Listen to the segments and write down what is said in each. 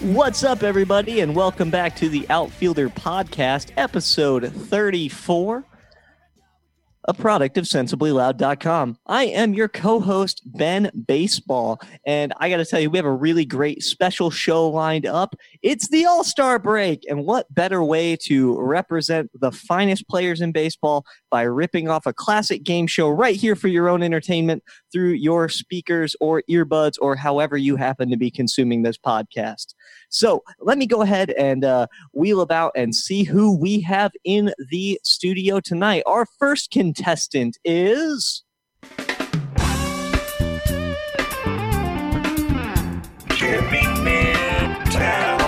What's up, everybody, and welcome back to the Outfielder Podcast, episode 34, a product of sensiblyloud.com. I am your co host, Ben Baseball, and I got to tell you, we have a really great special show lined up. It's the All Star break, and what better way to represent the finest players in baseball by ripping off a classic game show right here for your own entertainment through your speakers or earbuds or however you happen to be consuming this podcast. So let me go ahead and uh, wheel about and see who we have in the studio tonight. Our first contestant is. Give me Midtown.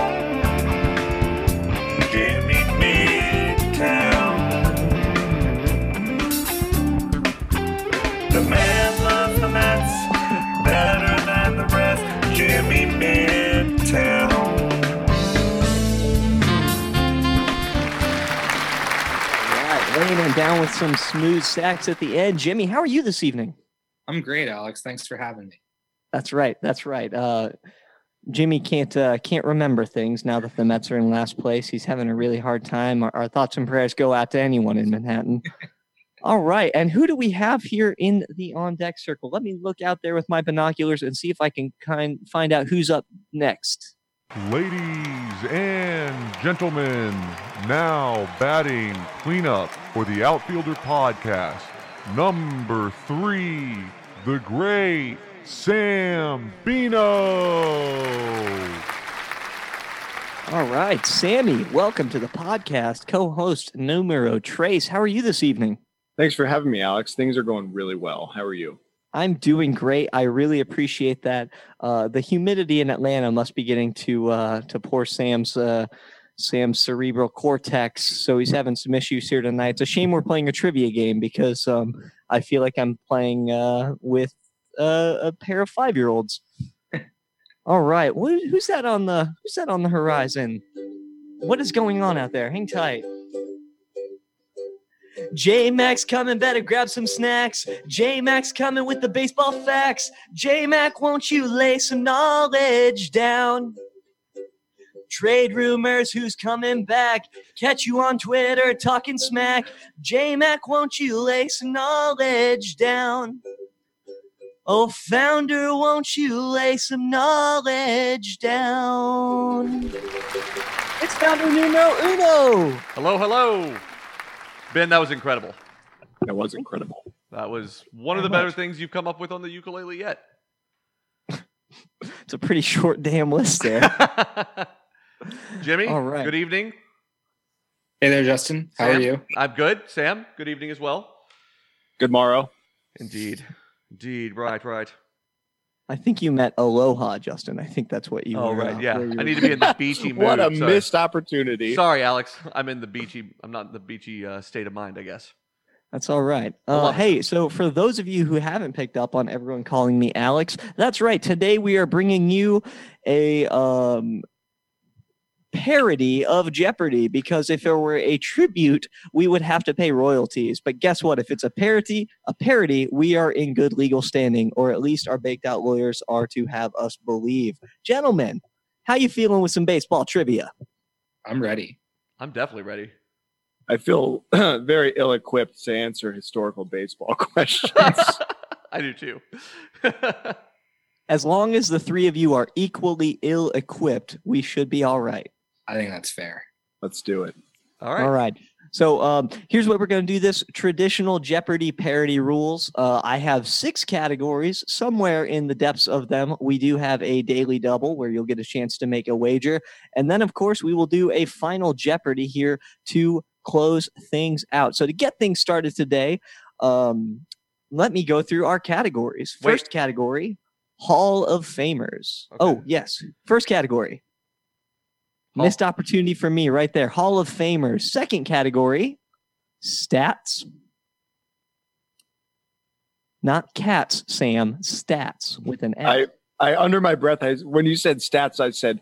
Give me Midtown. The man loves the Mets better than the rest. Give me Midtown. Right, laying it down with some smooth sacks at the end. Jimmy, how are you this evening? I'm great, Alex. Thanks for having me. That's right. That's right. Uh, Jimmy can't uh, can't remember things now that the Mets are in last place. He's having a really hard time. Our, our thoughts and prayers go out to anyone in Manhattan. All right, and who do we have here in the on deck circle? Let me look out there with my binoculars and see if I can kind find out who's up next. Ladies and gentlemen, now batting cleanup for the Outfielder Podcast, number three, the great Sam Bino. All right, Sammy, welcome to the podcast, co-host numero Trace. How are you this evening? Thanks for having me, Alex. Things are going really well. How are you? I'm doing great. I really appreciate that. Uh, the humidity in Atlanta must be getting to uh, to poor Sam's uh, Sam's cerebral cortex, so he's having some issues here tonight. It's a shame we're playing a trivia game because um, I feel like I'm playing uh, with uh, a pair of five year olds. All right, Who- who's that on the who's that on the horizon? What is going on out there? Hang tight. J Max coming, better grab some snacks. J Max coming with the baseball facts. J Mac, won't you lay some knowledge down? Trade rumors, who's coming back? Catch you on Twitter talking smack. J Mac, won't you lay some knowledge down? Oh, founder, won't you lay some knowledge down? It's founder numero uno. Hello, hello. Ben, that was incredible. That was incredible. That was one of Very the better things you've come up with on the ukulele yet. It's a pretty short damn list there. Jimmy, All right. good evening. Hey there, Justin. How are Sam? you? I'm good. Sam, good evening as well. Good morrow. Indeed. Indeed. Right, right. I think you meant aloha, Justin. I think that's what you. oh, were, right. uh, Yeah. where you I were- need to be in the beachy mood. What a Sorry. missed opportunity. Sorry, Alex. I'm in the beachy. I'm not in the beachy uh, state of mind, I guess. That's all right. Uh, love it. hey, so for those of you who haven't picked up on everyone calling me Alex, that's right. Today we are bringing you a um, parody of Jeopardy because if it were a tribute, we would have to pay royalties. But guess what? If it's a parody, a parody, we are in good legal standing, or at least our baked out lawyers are to have us believe. Gentlemen, how you feeling with some baseball trivia? I'm ready. I'm definitely ready. I feel very ill equipped to answer historical baseball questions. I do too. As long as the three of you are equally ill equipped, we should be all right. I think that's fair. Let's do it. All All right. right. So um, here's what we're going to do this traditional Jeopardy parody rules. Uh, I have six categories. Somewhere in the depths of them, we do have a daily double where you'll get a chance to make a wager. And then, of course, we will do a final Jeopardy here to close things out. So to get things started today, um, let me go through our categories. Wait. First category Hall of Famers. Okay. Oh, yes. First category. Hall- Missed opportunity for me right there. Hall of Famers. Second category, stats. Not cats, Sam. Stats with an I, S. I under my breath, I when you said stats, I said,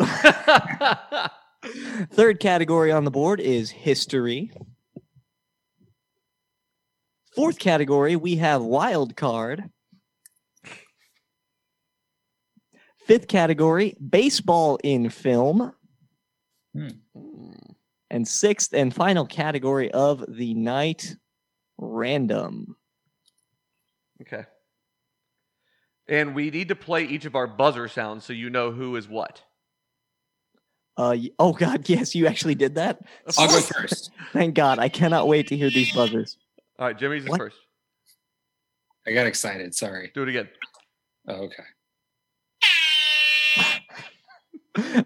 fuck. Third category on the board is history. Fourth category, we have wild card. Fifth category, baseball in film. Mm. And sixth and final category of the night, random. Okay. And we need to play each of our buzzer sounds so you know who is what. Uh, y- oh God, yes, you actually did that. I'll go first. Thank God, I cannot wait to hear these buzzers. All right, Jimmy's is What? first. I got excited. Sorry. Do it again. Oh, okay.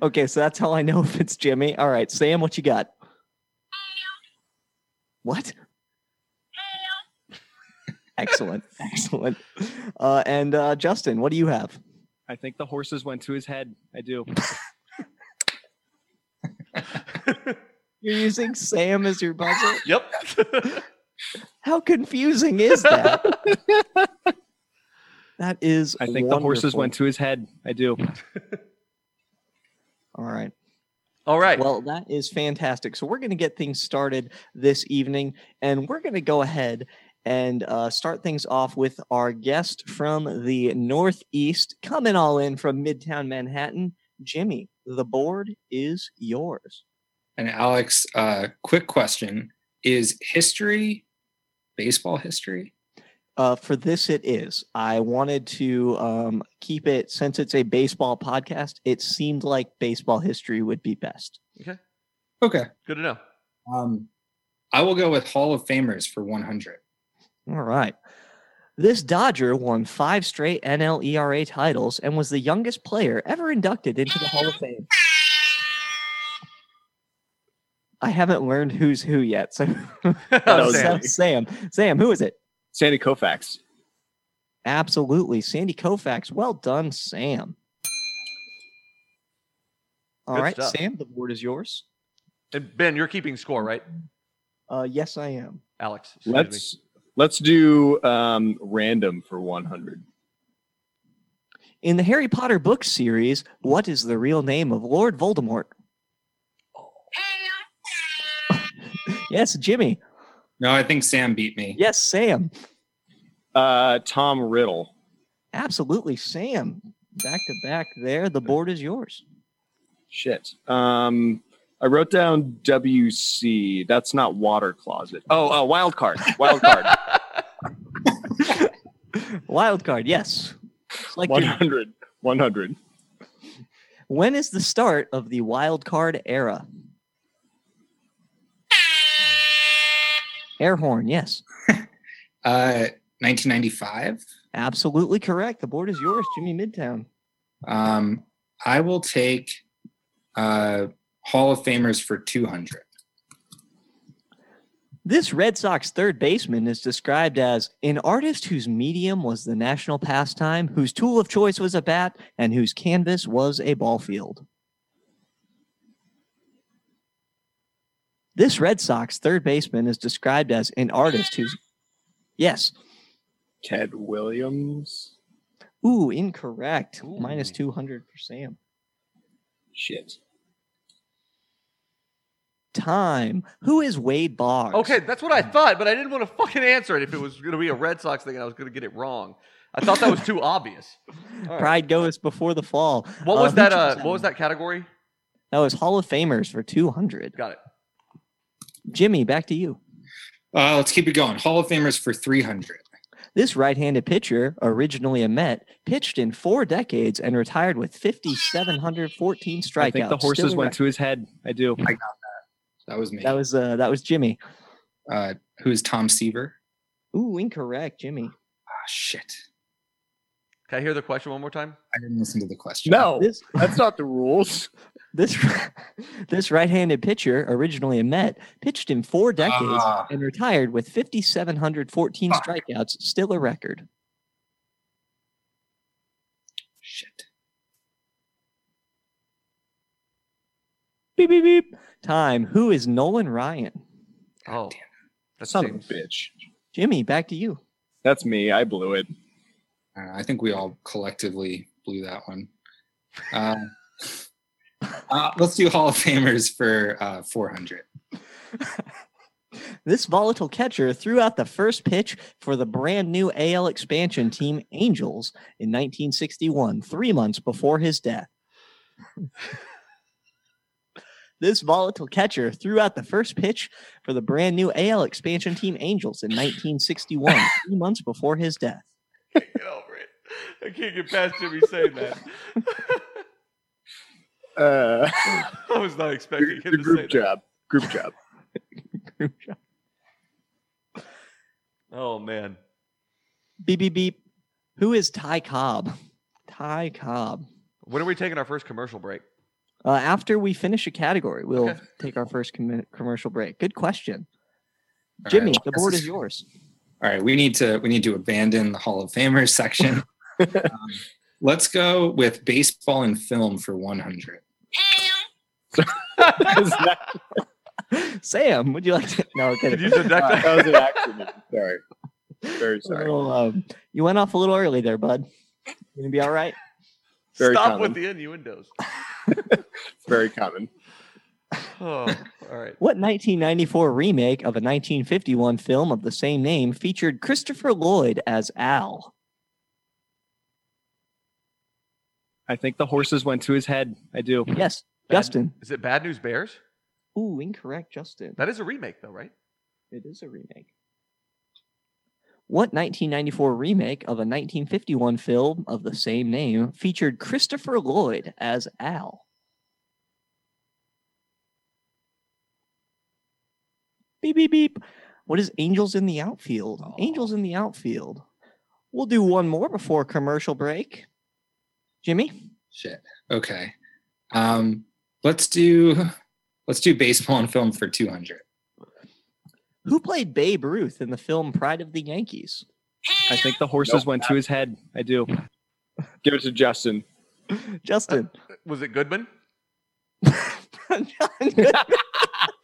Okay, so that's how I know if it's Jimmy. All right, Sam, what you got? What? Excellent, excellent. Uh, and uh, Justin, what do you have? I think the horses went to his head. I do. You're using Sam as your buzzer. Yep. How confusing is that? that is. I think the horses wonderful. went to his head. I do. All right. All right. Well, that is fantastic. So we're going to get things started this evening, and we're going to go ahead and uh, start things off with our guest from the Northeast, coming all in from Midtown Manhattan, Jimmy. The board is yours. And Alex, uh, quick question: Is history baseball history? Uh, for this, it is. I wanted to um, keep it since it's a baseball podcast. It seemed like baseball history would be best. Okay. Good to know. Um, I will go with Hall of Famers for 100. All right. This Dodger won five straight NL ERA titles and was the youngest player ever inducted into the Hall of Fame. I haven't learned who's who yet. So That was Oh, Sam. Sam. Sam, Sam, who is it? Sandy Koufax. Absolutely, Sandy Koufax. Well done, Sam. All Good right, stuff. Sam, the board is yours. And Ben, you're keeping score, right? Uh, yes, I am. Alex. excuse me. Let's let's do um, random for 100. In the Harry Potter book series, what is the real name of Lord Voldemort? yes, Jimmy. No, I think Sam beat me. Yes, Sam. Uh, Tom Riddle. Absolutely, Sam. Back to back there. The board is yours. Shit. Um, I wrote down WC. That's not water closet. Oh, uh, wild card. Wild card. Wild card, yes. It's Like your- 100. 100. when is the start of the wild card era? Air horn, yes. Uh, 1995. Absolutely correct. The board is yours, Jimmy Midtown. Um, I will take uh, Hall of Famers for 200. This Red Sox third baseman is described as an artist whose medium was the national pastime, whose tool of choice was a bat, and whose canvas was a ball field. This Red Sox third baseman is described as an artist whose. Yes. Ted Williams. Ooh, incorrect. Minus Ooh. 200 for Sam. Shit. Time. Who is Wade Boggs? Okay, that's what I thought, but I didn't want to fucking answer it if it was going to be a Red Sox thing and I was going to get it wrong. I thought that was too obvious. All right. Pride goes before the fall. What Uh, was who that? chose Uh, what was that category? That was Hall of Famers for 200. Got it. Jimmy, back to you. Uh, let's keep it going. Hall of Famers for 300. This right-handed pitcher, originally a Met, pitched in four decades and retired with 5,714 strikeouts. I think the horses still went to his head. I do. That was me. erect. That was uh, that was Jimmy. uh, who is Tom Seaver? Ooh, incorrect, Jimmy. Ah, shit. Can I hear the question one more time? I didn't listen to the question. No, This that's not the rules. this this right-handed pitcher, originally a Met, pitched in four decades Ah. and retired with 5,714 Fuck. strikeouts, still a record. Shit. Beep beep beep. Time. Who is Nolan Ryan? Oh, damn that Son of a seems- bitch. Jimmy, back to you. That's me. I blew it. Uh, I think we all collectively blew that one. Uh, uh, let's do Hall of Famers for uh, 400. This volatile catcher threw out the first pitch for the brand new AL expansion team Angels in 1961, three months before his death. this volatile catcher threw out the first pitch for the brand new AL expansion team Angels in 1961, three months before his death. Get over it. I can't get past Jimmy saying that. Uh, I was not expecting the him to say group that. job. Group job. Oh man. Beep, beep, beep. Who is Ty Cobb? Ty Cobb. When are we taking our first commercial break? Uh, after we finish a category, we'll Okay. take our first commi- commercial break. Good question. right, Jimmy, the this board is yours. All right, we need to we need to abandon the Hall of Famers section. Um, let's go with baseball and film for 100. Is that- Sam, would you like to? No, okay. Could you subject that that? was an accident. Sorry. Very A sorry. little, um, you went off a little early there, bud. You gonna be all right? Very Stop common. with the innuendos. Very common. Oh, all right. What 1994 remake of a 1951 film of the same name featured Christopher Lloyd as Al? I think the horses went to his head. I do. Yes, Bad- Justin. Is it Bad News Bears? Ooh, incorrect, Justin. That is a remake though, right? It is a remake. What 1994 remake of a 1951 film of the same name featured Christopher Lloyd as Al? Beep, beep, beep. What is Angels in the Outfield? Angels in the Outfield. We'll do one more before commercial break. Jimmy? Shit. Okay. Um, let's do let's do baseball and film for 200. Who played Babe Ruth in the film Pride of the Yankees? I think the horses went to his head. I do. Give it to Justin. Justin. Was it Goodman? John Goodman.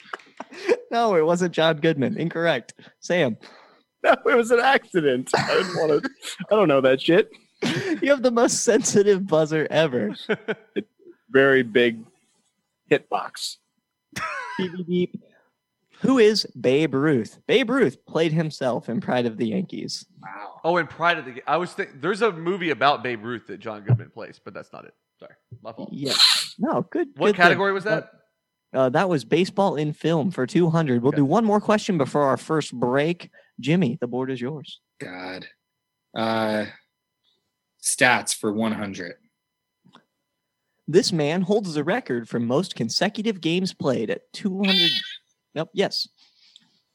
no, it wasn't John Goodman. Incorrect. Sam, No, it was an accident. I didn't want to. I don't know that shit. you have the most sensitive buzzer ever. Very big hitbox. Beep, beep, beep. Who is Babe Ruth? Babe Ruth played himself in Pride of the Yankees. Wow. Oh, and Pride of the Ga- I was think there's a movie about Babe Ruth that John Goodman plays, but that's not it. Sorry. My fault. Yeah. No, good. What good thing. category was that? Uh, that was baseball in film for 200. We'll Okay. do one more question before our first break. Jimmy, the board is yours. God. Uh, stats for 100. This man holds the record for most consecutive games played at 200. Nope. Yes.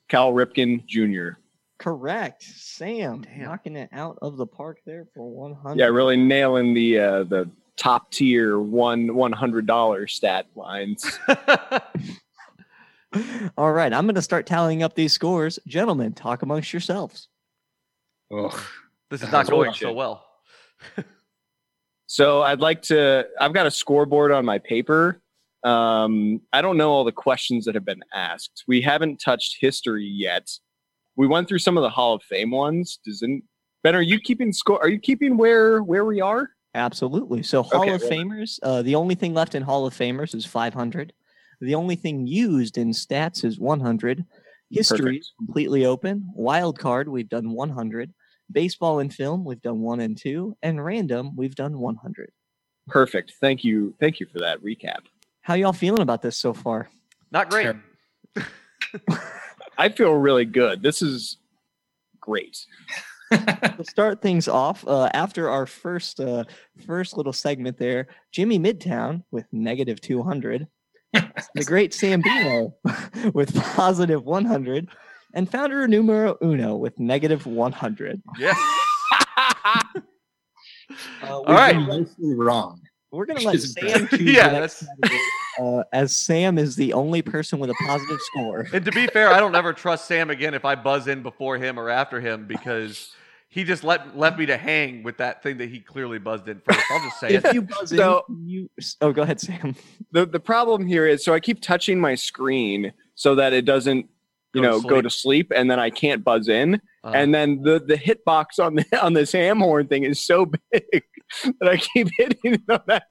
Cal Ripken Jr. Correct. Sam Damn. knocking it out of the park there for 100. Yeah, really nailing the uh, the top tier one one hundred dollar stat lines. All right, I'm going to start tallying up these scores. Gentlemen, talk amongst yourselves. Oh, this is Uh, not going bullshit. so well. So I'd like to. I've got a scoreboard on my paper. Um, I don't know all the questions that have been asked. We haven't touched history yet. We went through some of the Hall of Fame ones. Doesn't Ben? Are you keeping score? Are you keeping where where we are? Absolutely. So, Hall Okay, of well- Famers, uh, the only thing left in Hall of Famers is 500. The only thing used in stats is 100. History Perfect. is completely open. Wild card, we've done 100. Baseball and film, we've done one and two. And random, we've done 100. Perfect. Thank you. Thank you for that recap. How y'all feeling about this so far? Not great. terrible. I feel really good. This is great. to start things off uh, after our first uh, first little segment there jimmy midtown with negative 200 the great sambino with positive 100 and founder of numero uno with negative 100 Yes. Uh, All we've right. been Mostly wrong. we're gonna let Jesus sam Christ. choose the Yeah, next category, uh, as sam is the only person with a positive score And to be fair, I don't ever trust Sam again if I buzz in before him or after him because he just let left me to hang with that thing that he clearly buzzed in first. I'll just say it. if you buzz in, So- you oh go ahead sam the The problem here is, so I keep touching my screen so that it doesn't, Go to you know, go sleep. to sleep, and then I can't buzz in. Uh, and then the the hitbox on the on this ham horn thing is so big that I keep hitting it on that.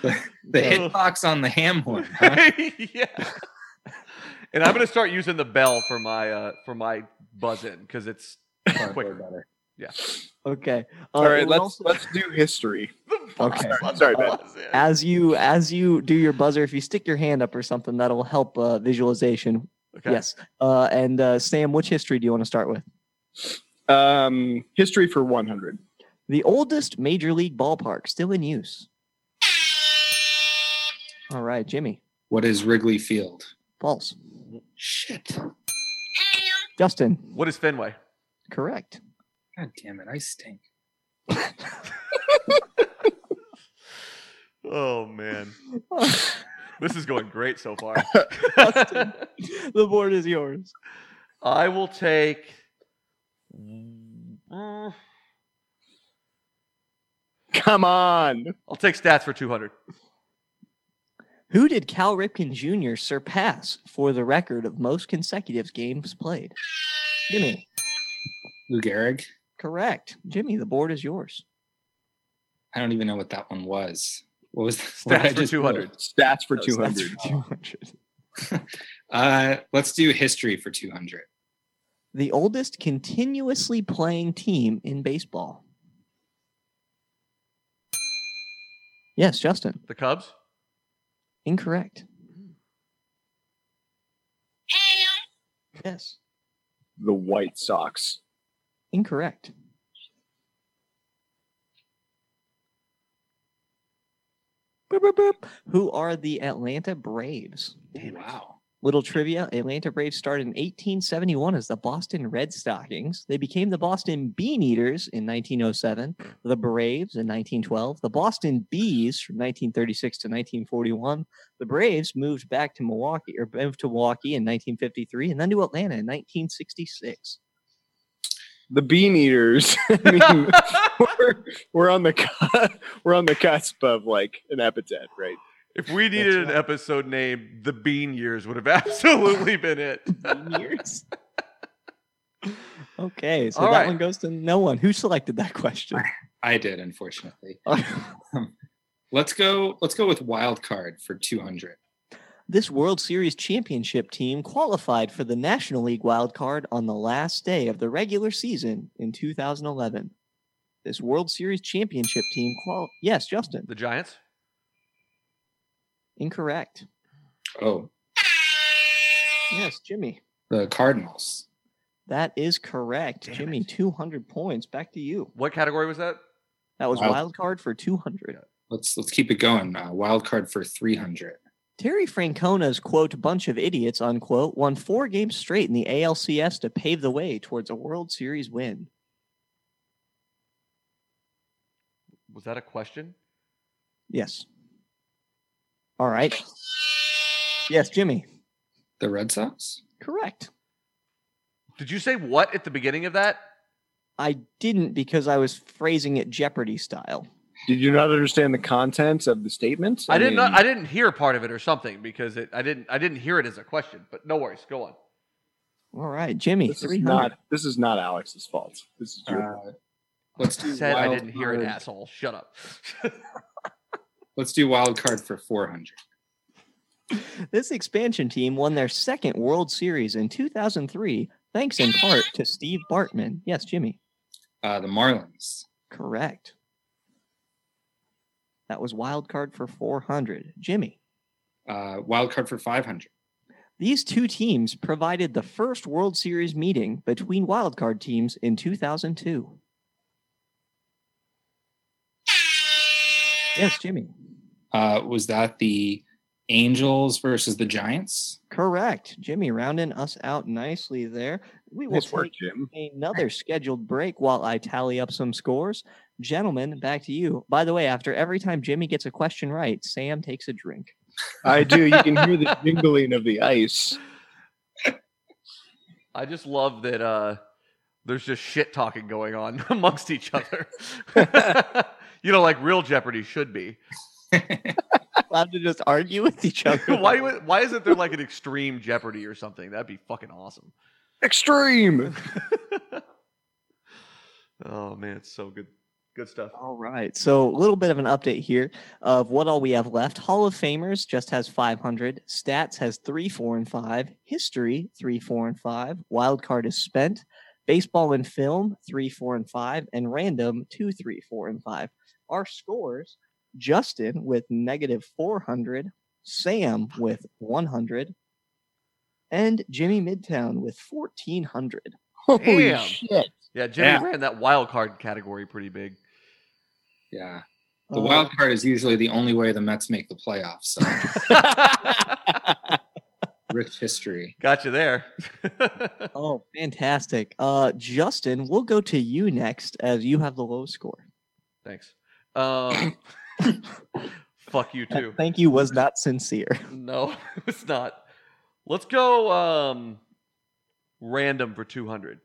The hitbox on the ham horn. Huh? yeah. Um, And I'm gonna start using the bell for my uh for my buzz in because it's Way quicker. better. Okay. Uh, All right, it let's also- let's do history. okay. Sorry, Ben. Buzz in. As you as you do your buzzer, if you stick your hand up or something, that'll help uh, visualization. Okay. Yes. Uh, and uh, Sam, which history do you want to start with? Um, history for 100. The oldest major league ballpark still in use. All right, Jimmy. What is Wrigley Field? False. Shit. Justin. What is Fenway? Correct. God damn it! I stink. Oh man, the this is going great so far. board is yours. I will take. Mm, Come on. I'll take stats for 200. Who did Cal Ripken Jr. surpass for the record of most consecutive games played? Jimmy. Lou Gehrig. Correct. Jimmy, the board is yours. I don't even know what that one was. What was that? Stats for 200. Stats for So that's 200. for 200. Uh, let's do history for 200. The oldest continuously playing team in baseball. Yes, Justin. The Cubs. Incorrect. Yes. The White Sox. Incorrect. Boop, boop, boop. Who are the Atlanta Braves? Wow. Little trivia Atlanta Braves started in 1871 as the Boston Red Stockings. They became the Boston Bean Eaters in 1907, the Braves in 1912, the Boston Bees from 1936 to 1941. The Braves moved back to Milwaukee or moved to Milwaukee in 1953 and then to Atlanta in 1966. The Bean Eaters. I mean, we're, we're on the cu- we're on the cusp of like an epithet, right? If we needed an episode name, the Bean Years would have absolutely been it. years. okay, so All that right. one goes to no one. Who selected that question? I did, unfortunately. Let's go. Let's go with wild card for 200. this World Series championship team qualified for the National League wild card on the last day of the regular season in 2011. This World Series championship team qual Yes, Justin. The Giants. Incorrect. Oh, Yes, Jimmy. the Cardinals. That is correct. Damn Jimmy, 200 points. Back to you. What category was that? That was Wild- wild card for 200. Let's let's keep it going. Uh, wild card for 300. Terry Francona's quote bunch of idiots unquote won four games straight in the ALCS to pave the way towards a World Series win. Was that a question? Yes. All right. Yes, Jimmy. The Red Sox. Correct. Did you say what at the beginning of that? I didn't because I was phrasing it Jeopardy style. Did you not understand the content of the statement? I, did not. mean, I didn't hear part of it or something because it. I didn't. I didn't hear it as a question. But no worries. Go on. All right, Jimmy. this is 300. not this is not Alex's fault. This is your Uh, let's do. Said I wild didn't hear it, card- asshole. Shut up. Let's do wild card for 400. This expansion team won their second World Series in 2003, thanks in part to Steve Bartman. Yes, Jimmy. Uh, the Marlins. Correct. That was wild card for 400. Jimmy. Uh, wild card for 500. These two teams provided the first World Series meeting between wildcard teams in 2002. Yes, Jimmy. Uh, was that the Angels versus the Giants? Correct. Jimmy rounding us out nicely there. We will nice take work, Jim. another scheduled break while I tally up some scores. Gentlemen, back to you. By the way, after every time Jimmy gets a question right, Sam takes a drink. I do. You can hear the jingling of the ice. I just love that. Uh, there's just shit talking going on amongst each other. you know, like real Jeopardy should be. Allowed to just argue with each other. why? would- Why isn't there like an extreme Jeopardy or something? That'd be fucking awesome. Extreme. oh man, it's so good. Good stuff. All right. So a little bit of an update here of what all we have left. Hall of Famers just has 500. Stats has three, four, and five. History three, four, and five. Wild card is spent. Baseball and film three, four, and five, and random two, three, four, and five. Our scores: Justin with negative 400, Sam with 100, and Jimmy Midtown with 1400. Holy Damn. shit. Yeah, Jimmy Yeah. ran that wild card category pretty big. Yeah. The Uh, wild card is usually the only way the Mets make the playoffs. So rich history. Got you there. Oh, fantastic. Uh, Justin, we'll go to you next as you have the low score. Thanks. Um, fuck you That too. Thank you was not sincere. No, it's not. Let's go um, random for 200.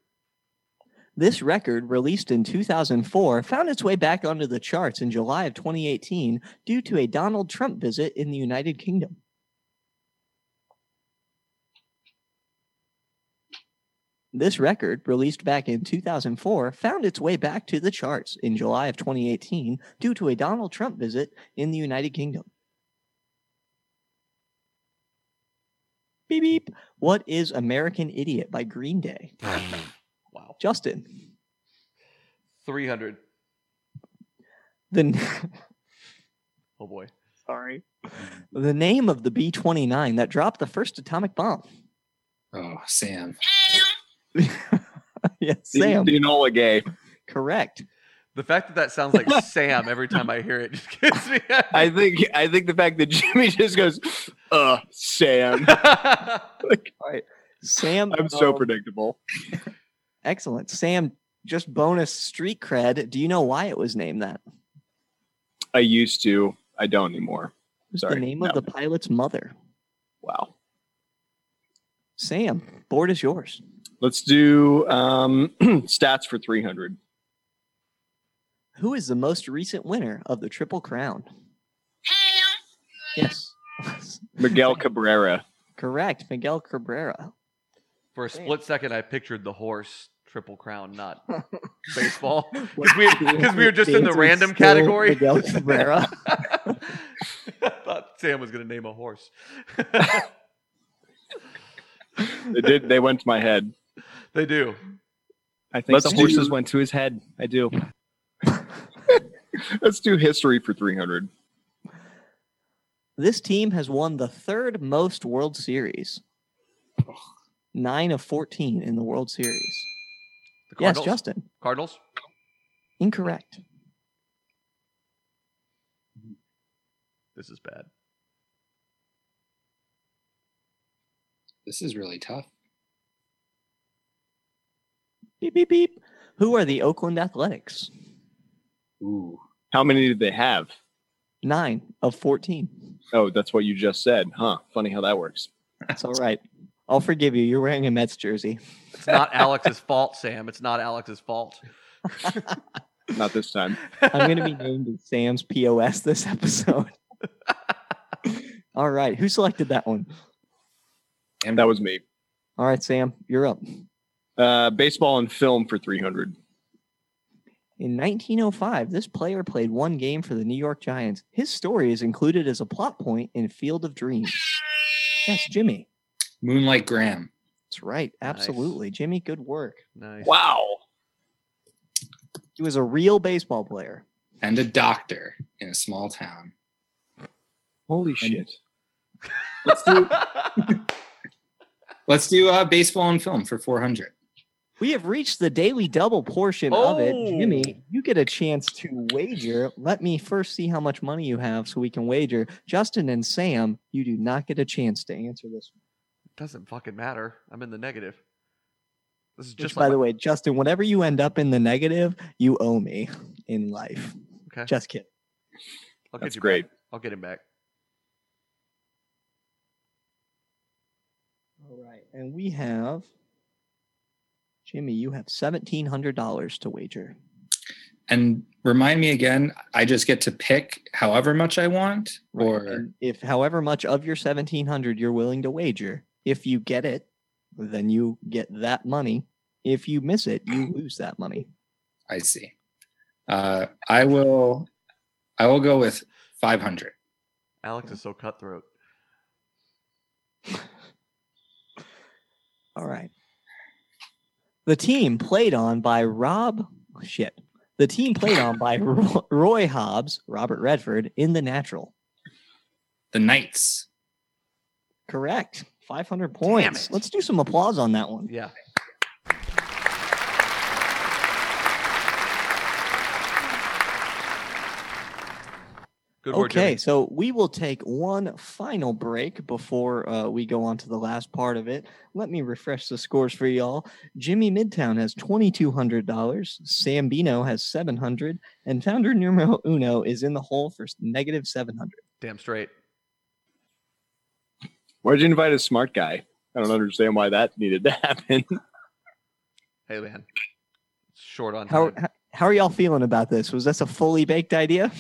This record, released in 2004, found its way back onto the charts in July of 2018 due to a Donald Trump visit in the United Kingdom. This record, released back in 2004, found its way back to the charts in July of 2018 due to a Donald Trump visit in the United Kingdom. Beep beep. What is American Idiot by Green Day? Wow. Justin. 300. The n- Oh boy. sorry, the name of the B twenty nine that dropped the first atomic bomb. Oh, Sam. yes, Sam. Enola Gay. Correct. The fact that that sounds like Sam every time I hear it just gets me. I think I think the fact that Jimmy just goes, uh, Sam. Sam. I'm so um, predictable. excellent. Sam. Just bonus street cred. Do you know why it was named that? It I used to. I don't anymore. was the Sorry, name of no. the pilot's mother. Wow. Sam. Board is yours. Let's do um, stats for 300. Who is the most recent winner of the Triple Crown? Yes. Miguel Cabrera. Correct. Miguel Cabrera. For a Damn. split second, I pictured the horse triple crown, not baseball. Because we, 'cause we were just in the Answer's random still category. Miguel Cabrera. I thought Sam was going to name a horse. They did. They went to my head. they do. I think Let's the do- horses went to his head. I do. Let's do history for 300. This team has won the third most World Series. Nine of 14 in the World Series. The Yes, Cardinals. Justin. Cardinals. Incorrect. This is bad. This is really tough. Beep, beep, beep. Who are the Oakland Athletics? Ooh. How many did they have? Nine of 14. Oh, that's what you just said, huh? Funny how that works. That's all right. I'll forgive you. You're wearing a Mets jersey. It's not Alex's fault, Sam. It's not Alex's fault. Not this time. I'm going to be named as Sam's POS this episode. all right. Who selected that one? And That was me. All right, Sam, you're up. Uh, baseball and film for 300. In 1905, this player played one game for the New York Giants. His story is included as a plot point in Field of Dreams. Yes, Jimmy. Moonlight Graham. That's right. Nice. Absolutely. Jimmy, good work. nice. Wow. He was a real baseball player. and a doctor in a small town. Holy shit. Let's do let's do uh, baseball and film for 400. We have reached the daily double portion of it. Oh. Jimmy, you get a chance to wager. Let me first see how much money you have so we can wager. Justin and Sam, you do not get a chance to answer this. Doesn't fucking matter. I'm in the negative. This is Just just by like the way, Justin, whenever you end up in the negative, you owe me in life. Okay. Just kidding. I'll get That's you great. Back. I'll get him back. All right, and we have Jimmy. You have seventeen hundred dollars to wager. And remind me again, I just get to pick however much I want, right? or And if however much of your seventeen hundred you're willing to wager, if you get it, then you get that money. If you miss it, you lose that money. I see. Uh, I will. I will go with 500. Alex is so cutthroat. All right. The team played on by Rob. oh, Shit. The team played on by Ro- Roy Hobbs, Robert Redford in the natural. The Knights. Correct. 500 points. it. Let's do some applause on that one. Yeah. Good work, okay, Jimmy. so we will take one final break before uh, we go on to the last part of it. Let me refresh the scores for y'all. Jimmy Midtown has $2,200. Sam Bino has 700 And founder numero uno is in the hole for s- negative 700 Damn straight. Why'd you invite a smart guy? I don't understand why that needed to happen. Hey, man. Short on How, time. how, how are y'all feeling about this? Was this a fully baked idea?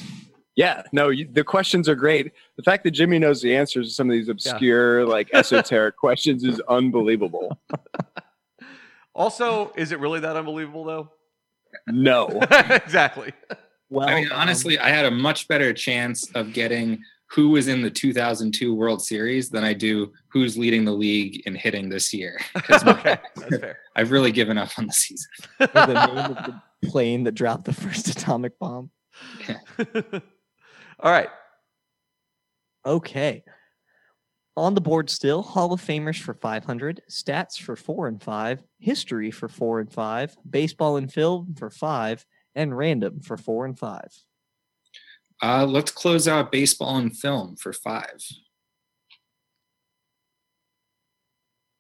yeah, no, you, the questions are great. The fact that Jimmy knows the answers to some of these obscure, like esoteric questions is unbelievable. Also, is it really that unbelievable, though? No. exactly. Well, I mean, um, honestly, I had a much better chance of getting who was in the 2002 World Series than I do who's leading the league in hitting this year. 'Cause okay, that's fair. I've really given up on the season. the name of the plane that dropped the first atomic bomb. All right. Okay. On the board still, Hall of Famers for 500, stats for 4 and 5, history for 4 and 5, baseball and film for 5, and random for 4 and 5. Uh, let's close out baseball and film for five.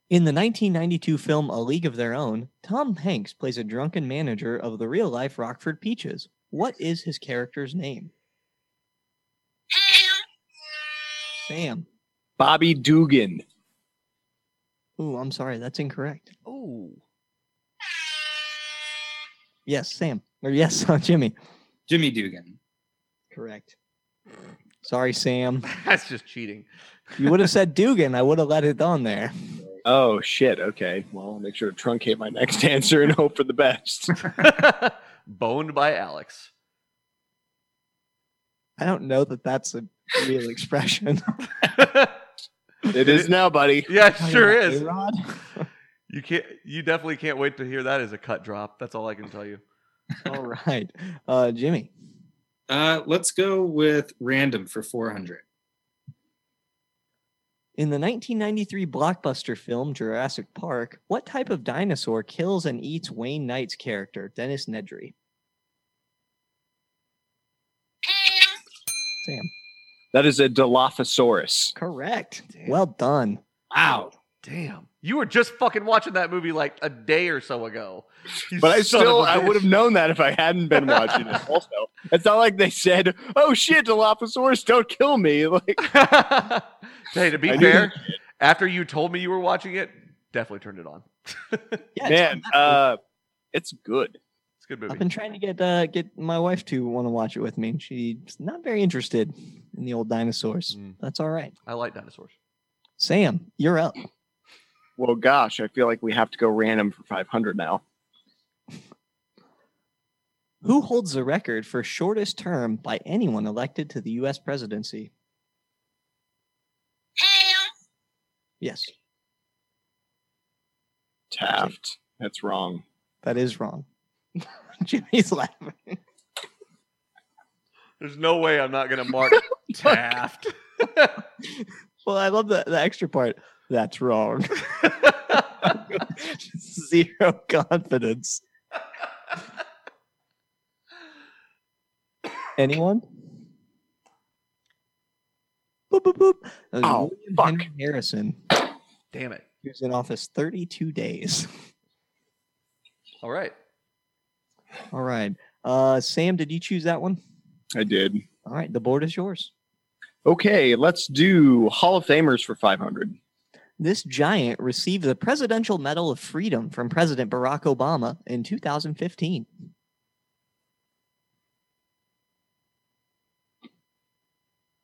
In the 1992 film A League of Their Own, Tom Hanks plays a drunken manager of the real life Rockford Peaches. What is his character's name? Sam. Bobby Dugan. Ooh, I'm sorry, that's incorrect. Ooh. Yes, Sam. Or yes, Jimmy. Jimmy Dugan. Correct. Sorry, Sam. That's just cheating. You would have said Dugan. I would have let it on there. Oh, shit. Okay. Well, I'll make sure to truncate my next answer and hope for the best. Boned by Alex. I don't know that that's a real expression. It is now, buddy. yeah, it sure is. A-Rod? You can't. You definitely can't wait to hear that as a cut drop. That's all I can tell you. All right, uh, Jimmy. Uh, let's go with random for 400. In the 1993 blockbuster film Jurassic Park, what type of dinosaur kills and eats Wayne Knight's character, Dennis Nedry? Sam, That is a Dilophosaurus. correct. Damn. Well done. Wow. Damn. You were just fucking watching that movie like a day or so ago. You But I son of still, a I would have bitch. known that if I hadn't been watching it. Also, it's not like they said, "Oh shit, Dilophosaurus, don't kill me." Like, hey, to be I knew fair, after you told me you were watching it, definitely turned it on. it's Yeah, it's man, uh, it's good. a I've good movie. been trying to get uh, get my wife to want to watch it with me, and she's not very interested in the old dinosaurs. Mm. That's all right. I like dinosaurs. Sam, you're up. Well, gosh, I feel like we have to go random for 500 now. Who holds the record for shortest term by anyone elected to the U.S. presidency? Yes, Taft, that's wrong. that is wrong. Jimmy's laughing. There's no way I'm not gonna mark Taft. Well, I love the, the extra part. That's wrong. Zero confidence. Anyone? Boop, boop, boop. That was Oh, William fuck. Henry Harrison, Damn it. who's in office 32 days. All right. All right. Uh, Sam, did you choose that one? I did. All right. The board is yours. Okay, let's do Hall of Famers for 500. This giant received the Presidential Medal of Freedom from President Barack Obama in 2015.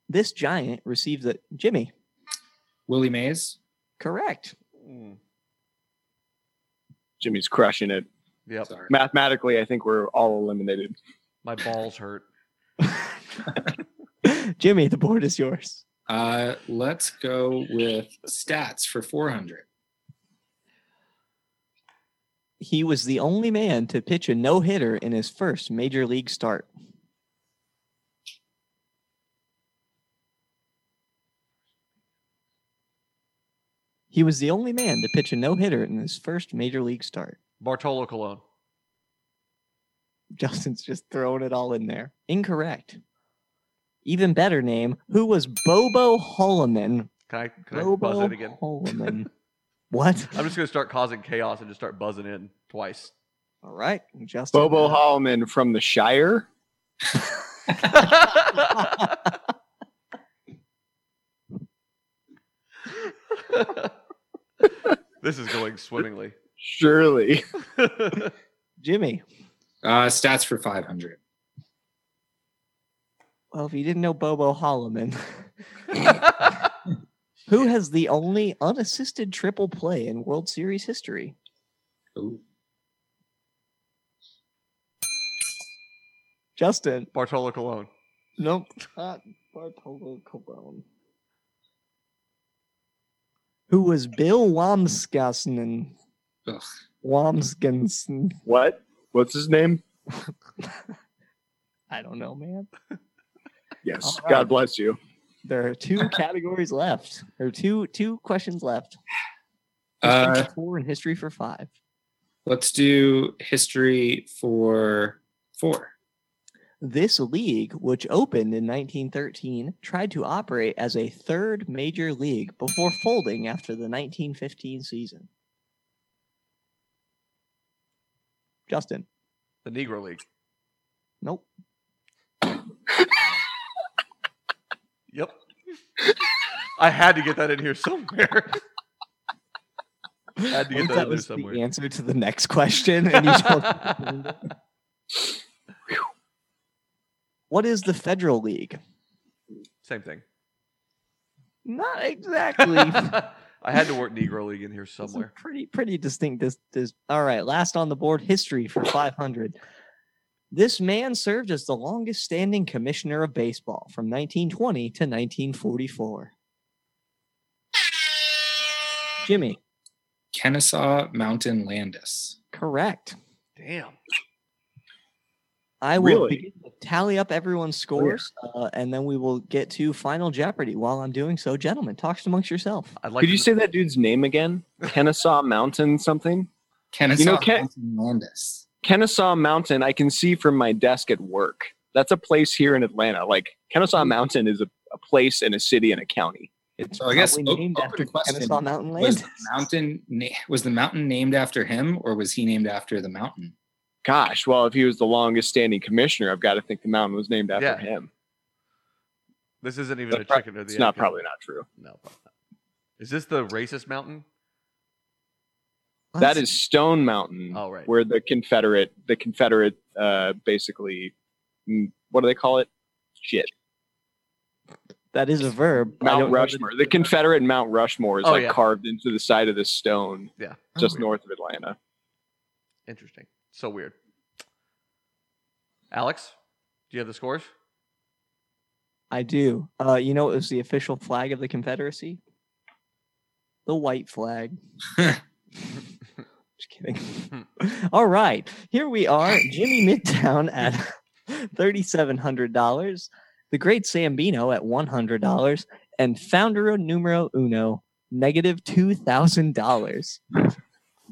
This giant received the Jimmy. Willie Mays. Correct. Mm, Jimmy's crushing it. Yep. Sorry. Mathematically, I think we're all eliminated. My balls hurt. Jimmy, the board is yours. Uh, let's go with stats for 400. He was the only man to pitch a no hitter in his first major league start. He was the only man to pitch a no hitter in his first major league start. Bartolo Colon. Justin's just throwing it all in there. Incorrect. Even better name, who was Bobo Holloman? Can I, can I buzz Bobo it again? Holloman. what? I'm just going to start causing chaos and just start buzzing in twice. All right, Justin. Bobo Holloman from the Shire. this is going swimmingly. Surely. Jimmy. Uh, stats for 500. Well, if you didn't know Bobo Holloman, That's who has the only unassisted triple play in World Series history? Ooh. Justin. Bartolo Colon. Nope. Not Bartolo Colon. Who was Bill Wamsgassen? Ugh. Wamsgassen. What? What's his name? I don't know, man. Yes. All right. God bless you. There are two categories left, or two two questions left. History Uh, for four and history for five. let's do history for four. This league, which opened in 1913, tried to operate as a third major league before folding after the 1915 season. Justin, The Negro League. nope. Yep. I had to get that in here somewhere. Well, had to get that, that in there was the somewhere. answer to the next question. and you don't- what is the Federal League? Same thing. Not exactly. I had to work Negro League in here That's a somewhere. pretty pretty distinct. This this. All right, last on the board, history for 500. This man served as the longest standing commissioner of baseball from 1920 to 1944. Jimmy, Kennesaw Mountain Landis. correct. Damn. I will Really? begin to tally up everyone's Oh, scores, uh, and then we will get to Final Jeopardy. While I'm doing so, gentlemen, talk amongst yourself. I'd like Could to you say that dude's name again? Kennesaw Mountain something? Kennesaw Ken- Mountain Landis. Kennesaw Mountain, I can see from my desk at work. That's a place here in Atlanta. Like Kennesaw Hmm. Mountain is a, a place in a city and a county. It's So I guess probably op- named open after question. Kennesaw Mountain Land. Was the mountain na- was the mountain named after him, or was he named after the mountain? Gosh, well, if he was the longest standing commissioner, I've got to think the mountain was named after Yeah. him. this isn't even That's a chicken or the It's egg not game. probably not true. No. probably not. Is this the racist mountain? That is Stone Mountain, Mm-hmm. Oh, right. where the Confederate, the Confederate, uh, basically, mm, what do they call it? Shit, that is a verb. I Mount don't know that- Rushmore. The Confederate Mount Rushmore is Oh, like yeah. carved into the side of this stone, Yeah. just Oh, north of Atlanta. Interesting. So weird. Alex, do you have the scores? I do. Uh, you know, it was the official flag of the Confederacy. The white flag. Just kidding. All right, here we are, Jimmy Midtown at thirty-seven hundred dollars, the Great Sambino at one hundred dollars, and Founder Numero Uno negative two thousand dollars.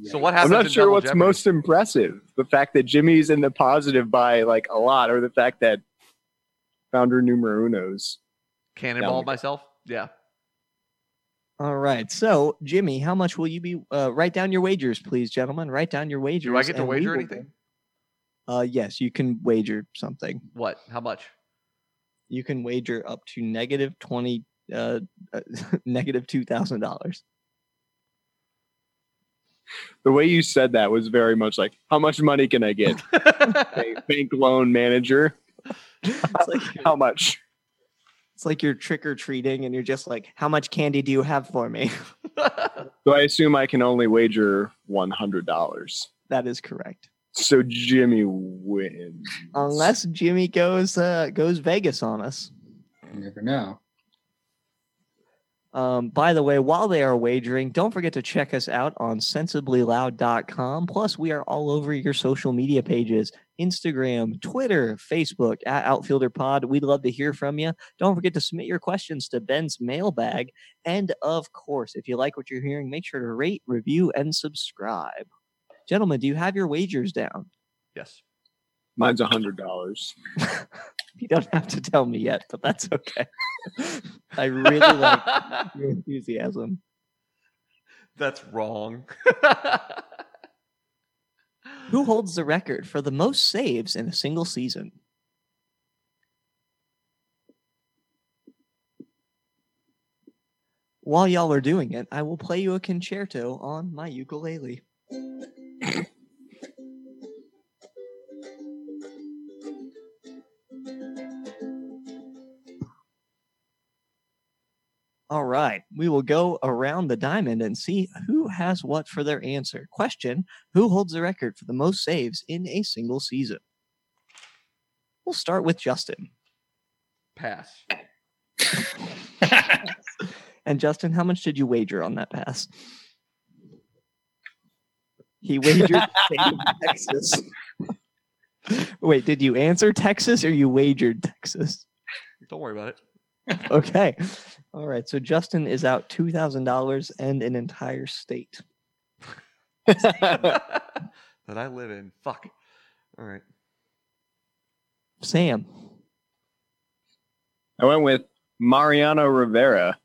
So what I'm happens? not in sure Double what's Jeopardy? most impressive: the fact that Jimmy's in the positive by like a lot, or the fact that founder numero uno's. cannonball Down. myself. Yeah. All right, so Jimmy, how much will you be? Uh, write down your wagers, please, gentlemen. Write down your wagers. Do I get to and we wager will- anything? Uh, yes, you can wager something. What? How much? you can wager up to negative 20 uh uh, negative two thousand dollars The way you said that was very much like, "How much money can I get?" I Bank bank loan manager, it's like you're- how much? it's like you're trick-or-treating and you're just like how much candy do you have for me So I assume I can only wager one hundred dollars. that is correct So Jimmy wins. Unless Jimmy goes uh, goes Vegas on us. You never know. Um, by the way, while they are wagering, don't forget to check us out on sensiblyloud.com. Plus, we are all over your social media pages Instagram, Twitter, Facebook, at Outfielder Pod. We'd love to hear from you. Don't forget to submit your questions to Ben's mailbag. And of course, if you like what you're hearing, make sure to rate, review, and subscribe. Gentlemen, do you have your wagers down? Yes. Mine's a hundred dollars. You don't have to tell me yet, but that's okay. I really like your enthusiasm. That's wrong. Who holds the record for the most saves in a single season? While y'all are doing it, I will play you a concerto on my ukulele. All right, we will go around the diamond and see who has what for their answer. Question Who holds the record for the most saves in a single season? We'll start with Justin. Pass. And Justin, how much did you wager on that pass? He wagered the state of Texas. Wait, did you answer Texas or you wagered Texas? Don't worry about it. Okay. All right. So Justin is out $2,000 and an entire state. that I live in. Fuck. All right. Sam, I went with Mariano Rivera.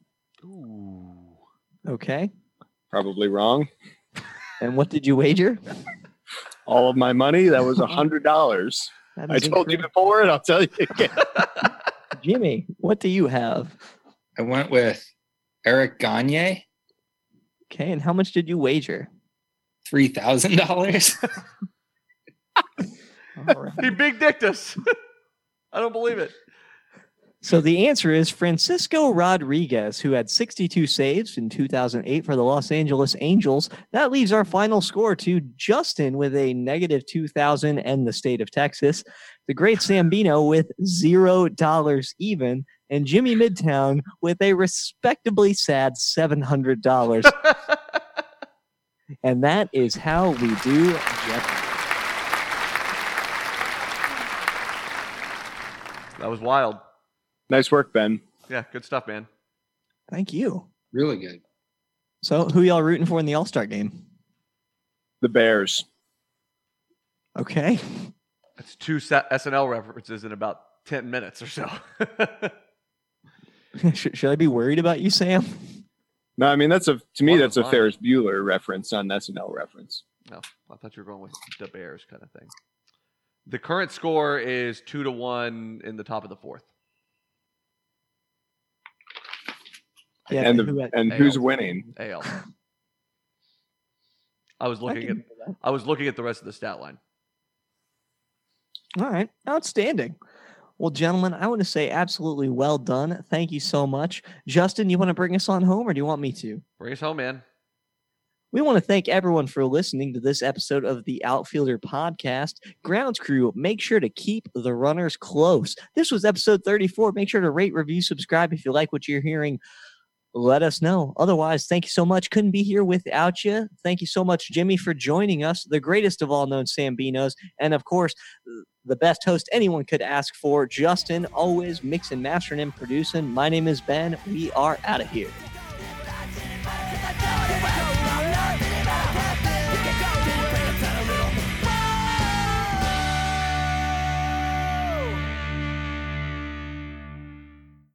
Ooh. okay. Probably wrong. And what did you wager? All of my money. That was a hundred dollars. That I is told you incorrect. before, and I'll tell you again. Jimmy, what do you have? I went with Eric Gagne, Okay. And how much did you wager? three thousand dollars. All right. He big dicked us. I don't believe it. So the answer is Francisco Rodriguez, who had 62 saves in 2008 for the Los Angeles Angels. That leaves our final score to Justin with a negative 2,000 and the state of Texas. The great Sambino with zero dollars even, and Jimmy Midtown with a respectably sad $700. and that is how we do Jeopardy. That was wild. nice work, Ben. Yeah, good stuff, man. Thank you. really good. So, who y'all rooting for in the All Star game? The Bears. Okay. That's two sa- SNL references in about 10 minutes or so. should, should I be worried about you, Sam? No, I mean that's a to me One that's was a mine. Ferris Bueller reference, not an SNL reference. no, I thought you were going with the Bears kind of thing. The current score is two to one in the top of the fourth. Yeah, and but the, who had- and Hey, who's I'll- winning? AL. I was I looking at can do that. I was looking at the rest of the stat line. All right, outstanding. Well, gentlemen, I want to say absolutely well done. Thank you so much, Justin. You want to bring us on home, or do you want me to? Bring us home, man. We want to thank everyone for listening to this episode of the Outfielder Podcast. Grounds crew, make sure to keep the runners close. This was episode 34. Make sure to rate, review, subscribe if you like what you're hearing. Let us know. Otherwise, thank you so much. Couldn't be here without you. Thank you so much, Jimmy, for joining us, the greatest of all known Sambinos, and of course, the best host anyone could ask for, Justin, always mixing, mastering, and producing. My name is Ben. We are out of here.